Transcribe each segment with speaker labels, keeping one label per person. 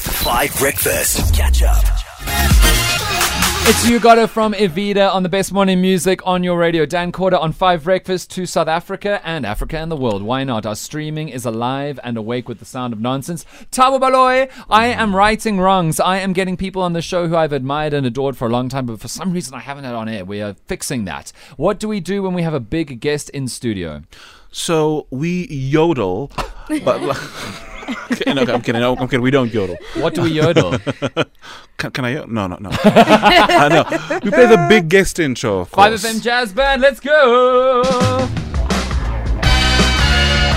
Speaker 1: Five Breakfast. Catch up.
Speaker 2: It's you got it from Evita on the best morning music on your radio. Dan Corder on Five Breakfast to South Africa and Africa and the world. Why not? Our streaming is alive and awake with the sound of nonsense. Tabo Baloy, I am righting wrongs. I am getting people on the show who I've admired and adored for a long time, but for some reason I haven't had on air. We are fixing that. What do we do when we have a big guest in studio?
Speaker 3: So we yodel, but okay, no, I'm kidding. No, I'm kidding. We don't yodel.
Speaker 2: What do we yodel?
Speaker 3: Can, can I? yodel? No, no, no. I know. We play the big guest intro. Of
Speaker 2: Five
Speaker 3: course.
Speaker 2: FM Jazz Band, let's go!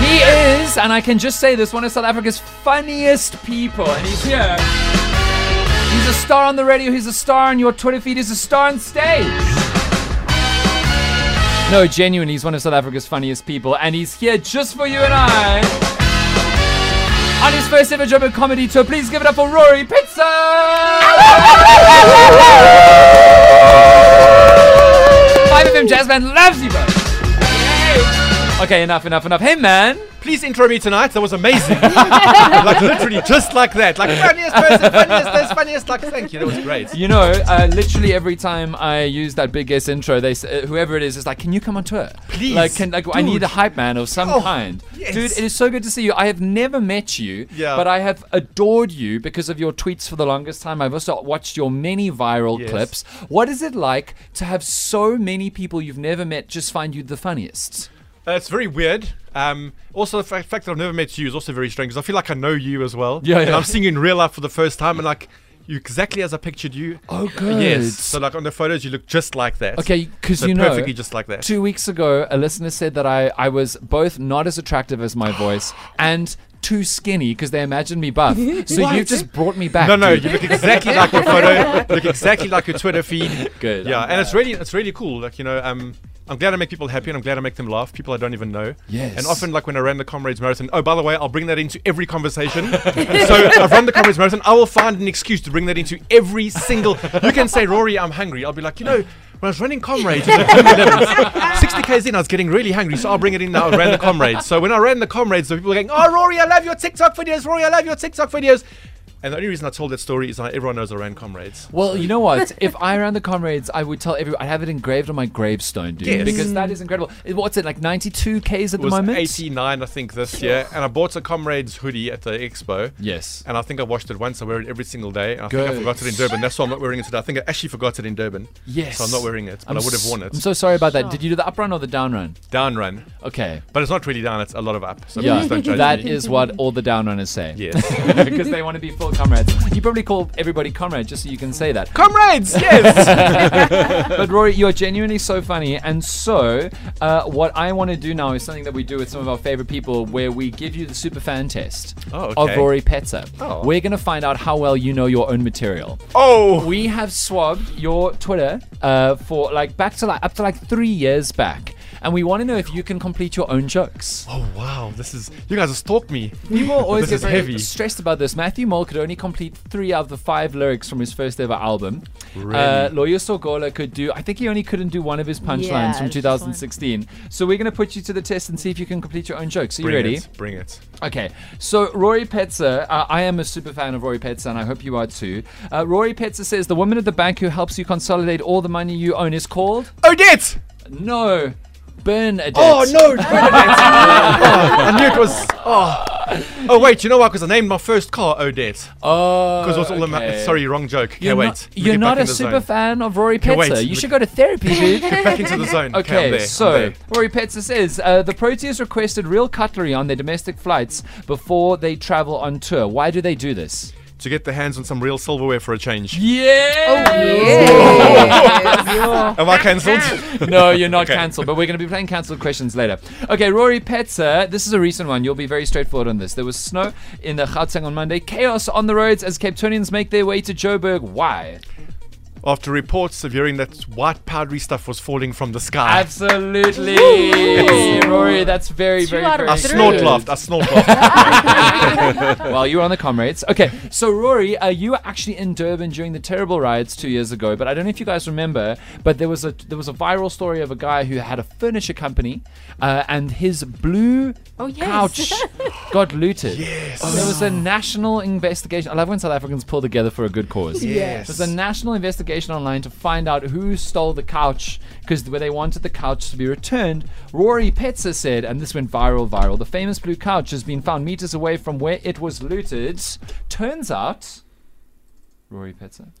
Speaker 2: He is, and I can just say this, one of South Africa's funniest people, and he's here. He's a star on the radio, he's a star on your Twitter feed, he's a star on stage. No, genuinely, he's one of South Africa's funniest people, and he's here just for you and I. On his first ever job at comedy tour, please give it up for Rory Pitzer! 5FM Jazz Band loves you both. Okay, enough, enough, enough. Hey, man.
Speaker 4: Please intro me tonight. That was amazing. like literally, just like that. Like funniest person, funniest, this, funniest. Like thank you. That was great.
Speaker 2: You know, uh, literally every time I use that big guest intro, they s- uh, whoever it is is like, "Can you come on tour?
Speaker 4: Please,
Speaker 2: Like, can, like I need a hype man of some
Speaker 4: Oh,
Speaker 2: kind,
Speaker 4: yes.
Speaker 2: dude. It is so good to see you. I have never met you,
Speaker 4: Yeah.
Speaker 2: but I have adored you because of your tweets for the longest time. I've also watched your many viral
Speaker 4: Yes.
Speaker 2: clips. What is it like to have so many people you've never met just find you the funniest?
Speaker 4: Uh, it's very weird. Um, also, the fa- fact that I've never met you is also very strange because I feel like I know you as well.
Speaker 2: Yeah,
Speaker 4: And
Speaker 2: yeah.
Speaker 4: I'm seeing you in real life for the first time, and like you exactly as I pictured you.
Speaker 2: Oh, good.
Speaker 4: Yes. So like on the photos, you look just like that.
Speaker 2: Okay, because
Speaker 4: So
Speaker 2: you know,
Speaker 4: perfectly just like that.
Speaker 2: Two weeks ago, a listener said that I, I was both not as attractive as my voice and too skinny because they imagined me buff. So you've just brought me back.
Speaker 4: No, no,
Speaker 2: dude.
Speaker 4: you look exactly like your photo. You look exactly like your Twitter feed.
Speaker 2: Good,
Speaker 4: Yeah,
Speaker 2: I'm
Speaker 4: and it's really, it's really cool. Like you know, um, I'm glad I make people happy, and I'm glad I make them laugh. People I don't even know.
Speaker 2: Yes.
Speaker 4: And often, like when I ran the comrades marathon. Oh, by the way, I'll bring that into every conversation. so I've run the comrades marathon. I will find an excuse to bring that into every single. You can say, Rory, I'm hungry. I'll be like, you know. When I was running comrades, in the 2011s, 60 k's in, I was getting really hungry, so I'll bring it in now. I ran the comrades. So when I ran the comrades, the people were going, "Oh, Rory, I love your TikTok videos. Rory, I love your TikTok videos." And the only reason I told that story is that everyone knows I ran comrades.
Speaker 2: Well, you know what? If I ran the comrades, I would tell everyone. I'd have it engraved on my gravestone, dude.
Speaker 4: Yes.
Speaker 2: Because that is incredible. It- What's it like? Ninety-two k's at
Speaker 4: It
Speaker 2: the
Speaker 4: was
Speaker 2: moment.
Speaker 4: 89, I think, this year, and I bought a comrades hoodie at the expo.
Speaker 2: Yes.
Speaker 4: And I think I washed it once. I wear it every single day. And I
Speaker 2: Good.
Speaker 4: think I forgot it in Durban. That's why I'm not wearing it today. I think I actually forgot it in Durban.
Speaker 2: Yes.
Speaker 4: So I'm not wearing it, but
Speaker 2: I'm
Speaker 4: i would have worn
Speaker 2: s-
Speaker 4: it.
Speaker 2: I'm so sorry about that. Did you do the up run or the down run?
Speaker 4: down run,
Speaker 2: Okay.
Speaker 4: but it's not really down. It's a lot of up. So
Speaker 2: Yeah,
Speaker 4: please don't judge
Speaker 2: that
Speaker 4: me.
Speaker 2: is what all the downrunners say.
Speaker 4: yes.
Speaker 2: because they want to be full comrades. You probably call everybody comrade just so you can say that.
Speaker 4: comrades, yes.
Speaker 2: But Rory, you're genuinely so funny. And so, uh, what I want to do now is something that we do with some of our favorite people, where we give you the super fan test
Speaker 4: Oh,
Speaker 2: of
Speaker 4: okay.
Speaker 2: Rory Petzer.
Speaker 4: Oh.
Speaker 2: We're gonna find out how well you know your own material.
Speaker 4: oh,
Speaker 2: We have swabbed your Twitter uh, for like back to like up to like three years back. And we want to know if you can complete your own jokes.
Speaker 4: oh wow. This is you guys have stalked me.
Speaker 2: People always
Speaker 4: This
Speaker 2: get
Speaker 4: is
Speaker 2: very
Speaker 4: heavy.
Speaker 2: stressed about this. Matthew Mole could only complete three out of the five lyrics from his first ever album. Uh,
Speaker 4: Really?
Speaker 2: Lawyer Sogola could do, I think he only couldn't do one of his punchlines
Speaker 5: Yeah,
Speaker 2: from
Speaker 5: it's just
Speaker 2: 2016. So we're going to put you to the test and see if you can complete your own jokes. Are you
Speaker 4: Bring
Speaker 2: ready?
Speaker 4: it. Bring it.
Speaker 2: Okay, so Rory Petzer, uh, I am a super fan of Rory Petzer, and I hope you are too. Uh, Rory Petzer says the woman at the bank who helps you consolidate all the money you own is called
Speaker 4: Odette.
Speaker 2: no, Bernadette.
Speaker 4: Oh no, Bernadette. Oh, I knew it was. Oh. Oh wait, you know what? Because I named my first car Odette.
Speaker 2: oh,
Speaker 4: Because what's all the
Speaker 2: okay.
Speaker 4: ma- sorry, wrong joke. Okay,
Speaker 2: You're
Speaker 4: wait.
Speaker 2: not,
Speaker 4: Let me
Speaker 2: you're
Speaker 4: get
Speaker 2: not
Speaker 4: back
Speaker 2: a
Speaker 4: in the
Speaker 2: super
Speaker 4: zone.
Speaker 2: fan of Rory
Speaker 4: Okay, wait,
Speaker 2: Petzer. You
Speaker 4: look-
Speaker 2: should go to therapy, dude.
Speaker 4: Back into the zone. I'm
Speaker 2: Okay,
Speaker 4: there, I'm
Speaker 2: so
Speaker 4: there.
Speaker 2: Rory Petzer says uh, the Proteas requested real cutlery on their domestic flights before they travel on tour. Why do they do this?
Speaker 4: to get their hands on some real silverware for a change.
Speaker 2: Yeah.
Speaker 4: Am I cancelled?
Speaker 2: no, you're not
Speaker 4: Okay.
Speaker 2: cancelled, but we're going to be playing cancelled questions later. Okay, Rory Petzer, this is a recent one. You'll be very straightforward on this. There was snow in the Gauteng on Monday, chaos on the roads as Capetonians make their way to Joburg. Why?
Speaker 4: after reports of hearing that white powdery stuff was falling from the sky.
Speaker 2: Absolutely, Rory. That's very,
Speaker 5: Two
Speaker 2: very.
Speaker 5: out of
Speaker 2: very
Speaker 4: I snort
Speaker 2: good.
Speaker 4: laughed. I snort laughed.
Speaker 2: well, you were on the comrades. Okay, so Rory, uh, you were actually in Durban during the terrible riots two years ago. But I don't know if you guys remember, but there was a there was a viral story of a guy who had a furniture company, uh, and his blue
Speaker 5: Oh, yes.
Speaker 2: couch got looted. Yes, there was a national investigation. I love when South Africans pull together for a good cause.
Speaker 4: Yes.
Speaker 2: There's a national investigation online to find out who stole the couch because where they wanted the couch to be returned, Rory Petzer said, and this went viral, viral. The famous blue couch has been found meters away from where it was looted. Turns out, Rory Petzer.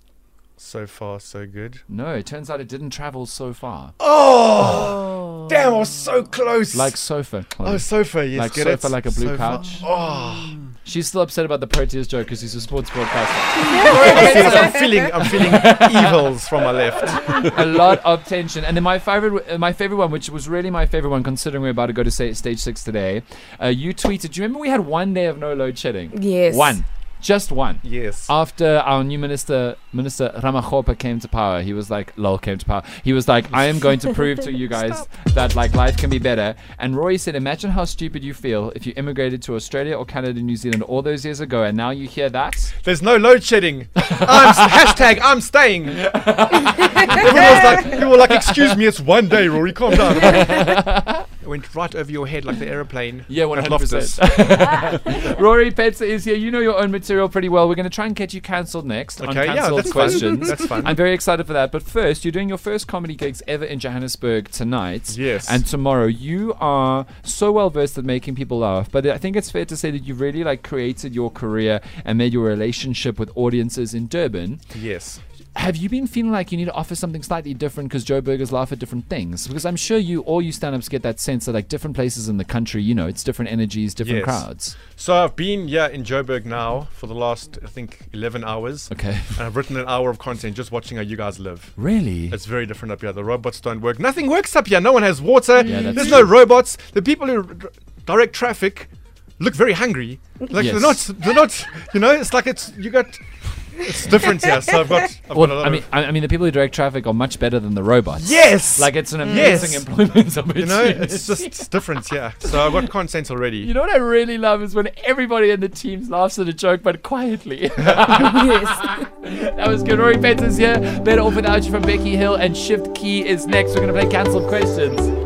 Speaker 4: so far, so good.
Speaker 2: No, it turns out it didn't travel so far.
Speaker 4: Damn, I was so close.
Speaker 2: Like sofa.
Speaker 4: oh, sofa. Yes,
Speaker 2: like
Speaker 4: get
Speaker 2: sofa,
Speaker 4: it.
Speaker 2: like a blue
Speaker 4: Sofa.
Speaker 2: couch.
Speaker 4: Oh,
Speaker 2: She's still upset about the Proteus joke because he's a sports broadcaster.
Speaker 4: I'm feeling, I'm feeling evils from my left.
Speaker 2: a lot of tension. And then my favorite, uh, my favorite one, which was really my favorite one, considering we're about to go to say, stage six today. Uh, you tweeted. Do you remember we had one day of no load shedding?
Speaker 5: Yes.
Speaker 2: One, just one.
Speaker 4: Yes.
Speaker 2: After our new minister, Minister Ramakhopa came to power, he was like, lol, came to power. He was like, I am going to prove to you guys that like life can be better. And Roy said, imagine how stupid you feel if you immigrated to Australia or Canada, New Zealand all those years ago. And now you hear that.
Speaker 4: There's no load shedding. I'm, hashtag I'm staying. Everyone was like, people were like, excuse me, it's one day, Rory, calm down. it went right over your head like the aeroplane.
Speaker 2: Yeah,
Speaker 4: at
Speaker 2: 100%.
Speaker 4: Loftus.
Speaker 2: Rory Petzer is here. You know your own material pretty well. We're going to try and get you cancelled next on
Speaker 4: Okay, yeah,
Speaker 2: cancelled
Speaker 4: that's fine.
Speaker 2: questions.
Speaker 4: That's fine.
Speaker 2: I'm very excited for that. But first, you're doing your first comedy gigs ever in Johannesburg tonight.
Speaker 4: Yes.
Speaker 2: And tomorrow, you are so well versed at making people laugh. But I think it's fair to say that you've really like created your career and made your relationship with audiences in Durban.
Speaker 4: Yes.
Speaker 2: Have you been feeling like you need to offer something slightly different because Joe Burgers laugh at different things? Because I'm sure you, all you stand-ups, get that sense that like different places in the country, you know, it's different energies, different
Speaker 4: Yes.
Speaker 2: crowds.
Speaker 4: So I've been yeah in Joburg now for the last I think 11 hours.
Speaker 2: Okay.
Speaker 4: And I've written an hour of content just watching how you guys live.
Speaker 2: Really?
Speaker 4: It's very different up here. The robots don't work. Nothing works up here. No one has water.
Speaker 2: Yeah, that's
Speaker 4: There's
Speaker 2: true.
Speaker 4: no robots. The people who r- direct traffic look very hungry. Like
Speaker 2: Yes.
Speaker 4: they're not. They're not. You know, it's like it's you got. It's different here. So I've got. I've got a
Speaker 2: Well,
Speaker 4: lot
Speaker 2: I mean,
Speaker 4: of,
Speaker 2: I, I mean, the people who direct traffic are much better than the robots.
Speaker 4: yes.
Speaker 2: like it's an amazing
Speaker 4: Yes.
Speaker 2: employment opportunity.
Speaker 4: you know, it's just it's different. Yeah. So I've got content already.
Speaker 2: You know what I really love is when everybody in the team laughs at a joke, but quietly. that was good. Rory Pence is here. Better Off Without You from Becky Hill, and Shift Key is next. We're going to play Cancelled Questions.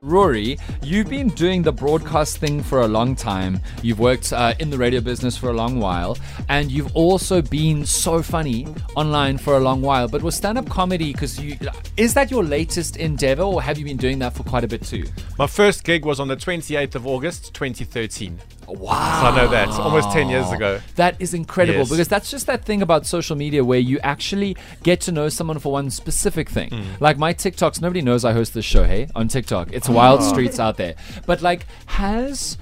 Speaker 2: Rory, you've been doing the broadcast thing for a long time. You've worked uh, in the radio business for a long while, and you've also been so funny online for a long while. But with stand-up comedy, because you—is that your latest endeavor, or have you been doing that for quite a bit too?
Speaker 4: My first gig was on the 28th of August, 2013.
Speaker 2: Wow.
Speaker 4: So I know
Speaker 2: Ah.
Speaker 4: that. Almost 10 years ago.
Speaker 2: That is incredible
Speaker 4: Yes.
Speaker 2: because that's just that thing about social media where you actually get to know someone for one specific thing. Like my TikToks, nobody knows I host this show, hey, on TikTok. It's wild streets out there. But like, has.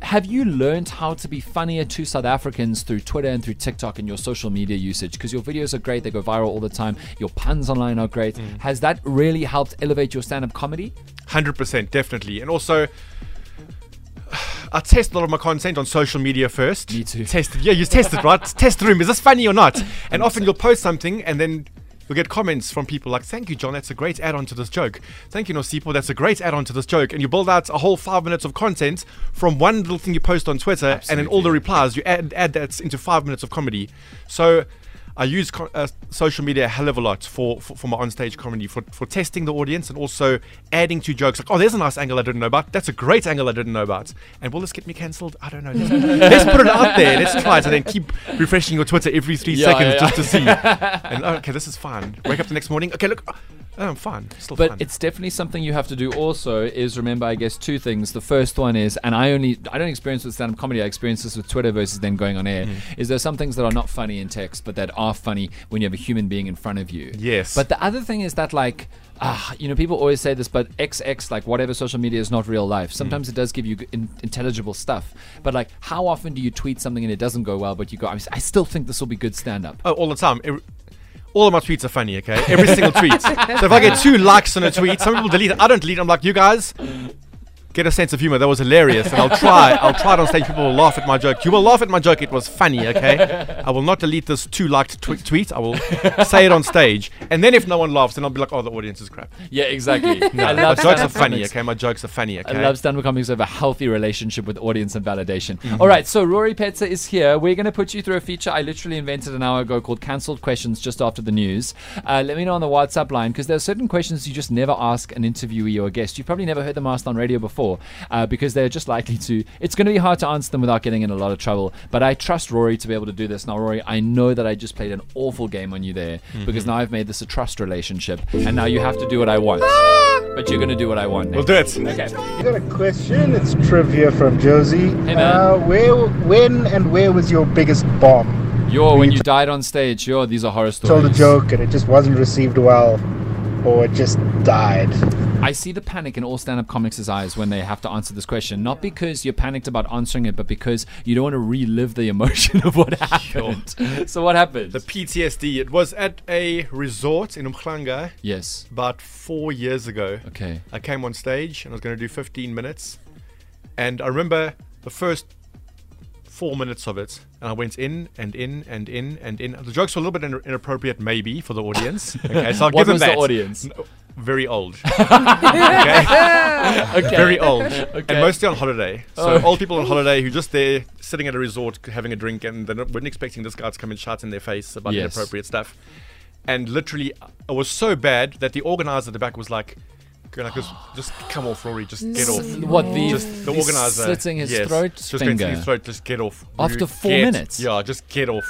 Speaker 2: Have you learned how to be funnier to South Africans through Twitter and through TikTok and your social media usage? Because your videos are great, they go viral all the time, your puns online are great. Has that really helped elevate your stand up comedy?
Speaker 4: Hundred percent, definitely, and also. I test a lot of my content on social media first.
Speaker 2: Me too.
Speaker 4: Test it. Yeah, you test it, right? test the room. Is this funny or not? And often you'll post something and then you'll get comments from people like, Thank you, John, that's a great add on to this joke. Thank you, Nosipo, that's a great add on to this joke. And you build out a whole five minutes of content from one little thing you post on Twitter and then all the replies, you add, add that into five minutes of comedy. So I use co- uh, social media a hell of a lot for, for, for my onstage comedy, for, for testing the audience and also adding to jokes. Like, oh, there's a nice angle I didn't know about. That's a great angle I didn't know about. And will this get me cancelled? I don't know. Let's, let's put it out there. Let's try it. And then keep refreshing your Twitter every three
Speaker 2: Yeah,
Speaker 4: seconds
Speaker 2: yeah,
Speaker 4: just to see. And oh, okay, this is fine. Wake up the next morning. Okay, look, oh, I'm fine. Still
Speaker 2: But
Speaker 4: fine.
Speaker 2: it's definitely something you have to do. Also, is remember, I guess, two things. The first one is, and I only, I don't experience with stand-up comedy. I experience this with Twitter versus then going on air. Is there some things that are not funny in text, but that are funny when you have a human being in front of you?
Speaker 4: Yes.
Speaker 2: But the other thing is that, like, ah, you know, people always say this, but XX, like, whatever social media is not real life. Sometimes it does give you g- in- intelligible stuff. But like, how often do you tweet something and it doesn't go well, but you go, I, I still think this will be good stand-up.
Speaker 4: Oh, all the time. Every- all of my tweets are funny, okay? Every single tweet. So if I get two likes on a tweet, some people delete it. I don't delete it. I'm like, you guys, get a sense of humor. That was hilarious, and I'll try. I'll try it on stage. People will laugh at my joke. You will laugh at my joke. It was funny. Okay, I will not delete this too liked tw- tweet. I will say it on stage, and then if no one laughs, then I'll be like, oh, the audience is crap.
Speaker 2: Yeah, exactly. I
Speaker 4: my
Speaker 2: love
Speaker 4: jokes
Speaker 2: stand-up
Speaker 4: are funny.
Speaker 2: comics.
Speaker 4: Okay, my jokes are funny. Okay,
Speaker 2: I love stand-up comics who have a healthy relationship with audience and validation. All right, so Rory Petzer is here. We're going to put you through a feature I literally invented an hour ago called "Cancelled Questions" just after the news. Uh, let me know on the WhatsApp line because there are certain questions you just never ask an interviewee or a guest. You've probably never heard them asked on radio before uh, because they're just likely to. It's going to be hard to answer them without getting in a lot of trouble. But I trust Rory to be able to do this. Now, Rory, I know that I just played an awful game on you there because now I've made this a trust relationship, and now you have to do what I want. But you're going to do what I want.
Speaker 4: We'll
Speaker 2: Next.
Speaker 4: do it.
Speaker 2: Okay.
Speaker 5: I got a question. It's trivia from Josie.
Speaker 2: man.
Speaker 5: Uh, where, when, and where was your biggest bomb?
Speaker 2: Yo, when you died on stage, yo, these are horror stories.
Speaker 5: Told a joke and it just wasn't received well, or it just died.
Speaker 2: I see the panic in all stand-up comics' eyes when they have to answer this question. Not because you're panicked about answering it, but because you don't want to relive the emotion of what happened. So what happened?
Speaker 4: The PTSD. It was at a resort in Umhlanga
Speaker 2: yes.
Speaker 4: about four years ago.
Speaker 2: Okay.
Speaker 4: I came on stage and I was going to do 15 minutes. And I remember the first four minutes of it. And I went in and in and in and in. The jokes were a little bit in- inappropriate, maybe, for the audience. Okay, so I'll
Speaker 2: What
Speaker 4: give them
Speaker 2: was the
Speaker 4: that.
Speaker 2: audience?
Speaker 4: No, very old. okay?
Speaker 2: Okay.
Speaker 4: Very old.
Speaker 2: Okay.
Speaker 4: And mostly on holiday. So
Speaker 2: Oh.
Speaker 4: old people on holiday who just there sitting at a resort c- having a drink and they weren't expecting this guy to come and shout in their face about
Speaker 2: Yes.
Speaker 4: inappropriate stuff. And literally, I was so bad that the organizer at the back was like, "Can I just, just come off, Rory, just get off.
Speaker 2: What the?
Speaker 4: Just the
Speaker 2: he's
Speaker 4: organizer.
Speaker 2: slitting his
Speaker 4: yes,
Speaker 2: throat
Speaker 4: Just going
Speaker 2: finger.
Speaker 4: to his throat, just get off.
Speaker 2: After
Speaker 4: You
Speaker 2: four
Speaker 4: get-
Speaker 2: minutes?
Speaker 4: Yeah, just get off.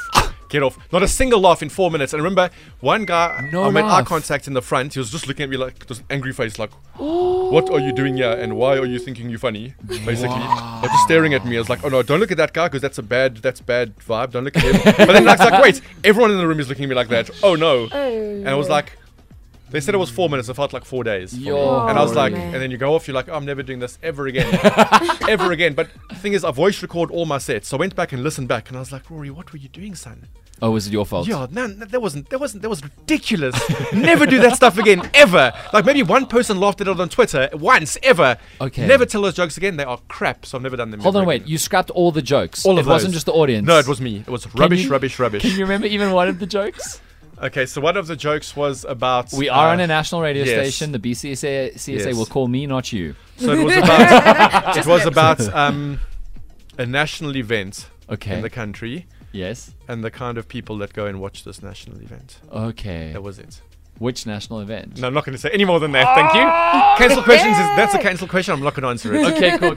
Speaker 4: Get off. Not a single laugh in four minutes. And remember, one guy,
Speaker 2: No
Speaker 4: I made eye
Speaker 2: laugh.
Speaker 4: contact in the front. He was just looking at me like, this angry face, like, what are you doing here and why are you thinking you're funny? Basically, like just staring at me. I was like, oh no, don't look at that guy because that's a bad, that's bad vibe. Don't look at him. but then I was like, wait, everyone in the room is looking at me like that. Oh no. and I was like, they said it was four minutes. It felt like four days. for me.
Speaker 2: Yo.
Speaker 4: and I was
Speaker 2: Oh,
Speaker 4: like,
Speaker 6: man.
Speaker 4: and then you go off. You're like, oh, I'm never doing this ever again, ever again. But the thing is, I voice record all my sets. So I went back and listened back, and I was like, Rory, what were you doing, son?
Speaker 2: Oh, was it your fault?
Speaker 4: Yeah, no, no, that wasn't, that wasn't, that was ridiculous. Never do that stuff again, ever. Like maybe one person laughed at it on Twitter once, ever.
Speaker 2: Okay.
Speaker 4: Never tell those jokes again. They are crap. So I've never done them.
Speaker 2: Hold
Speaker 4: ever
Speaker 2: on, wait.
Speaker 4: again.
Speaker 2: You scrapped all the jokes.
Speaker 4: All
Speaker 2: it
Speaker 4: of
Speaker 2: wasn't
Speaker 4: those.
Speaker 2: just the audience.
Speaker 4: No, it was me. It was rubbish,
Speaker 2: you-
Speaker 4: rubbish, rubbish.
Speaker 2: Can you remember even one of the jokes?
Speaker 4: Okay, so one of the jokes was about.
Speaker 2: We are
Speaker 4: uh,
Speaker 2: on a national radio
Speaker 4: yes.
Speaker 2: station. The BCSA CSA
Speaker 4: Yes.
Speaker 2: will call me, not you.
Speaker 4: So it was about. it was about um, a national event
Speaker 2: Okay.
Speaker 4: in the country
Speaker 2: Yes.
Speaker 4: and the kind of people that go and watch this national event.
Speaker 2: Oh. Okay.
Speaker 4: That was it.
Speaker 2: Which national event?
Speaker 4: No, I'm not going to say any more than that. Thank you. Cancel questions is that's a cancel question. I'm not going to answer it.
Speaker 2: Okay, cool.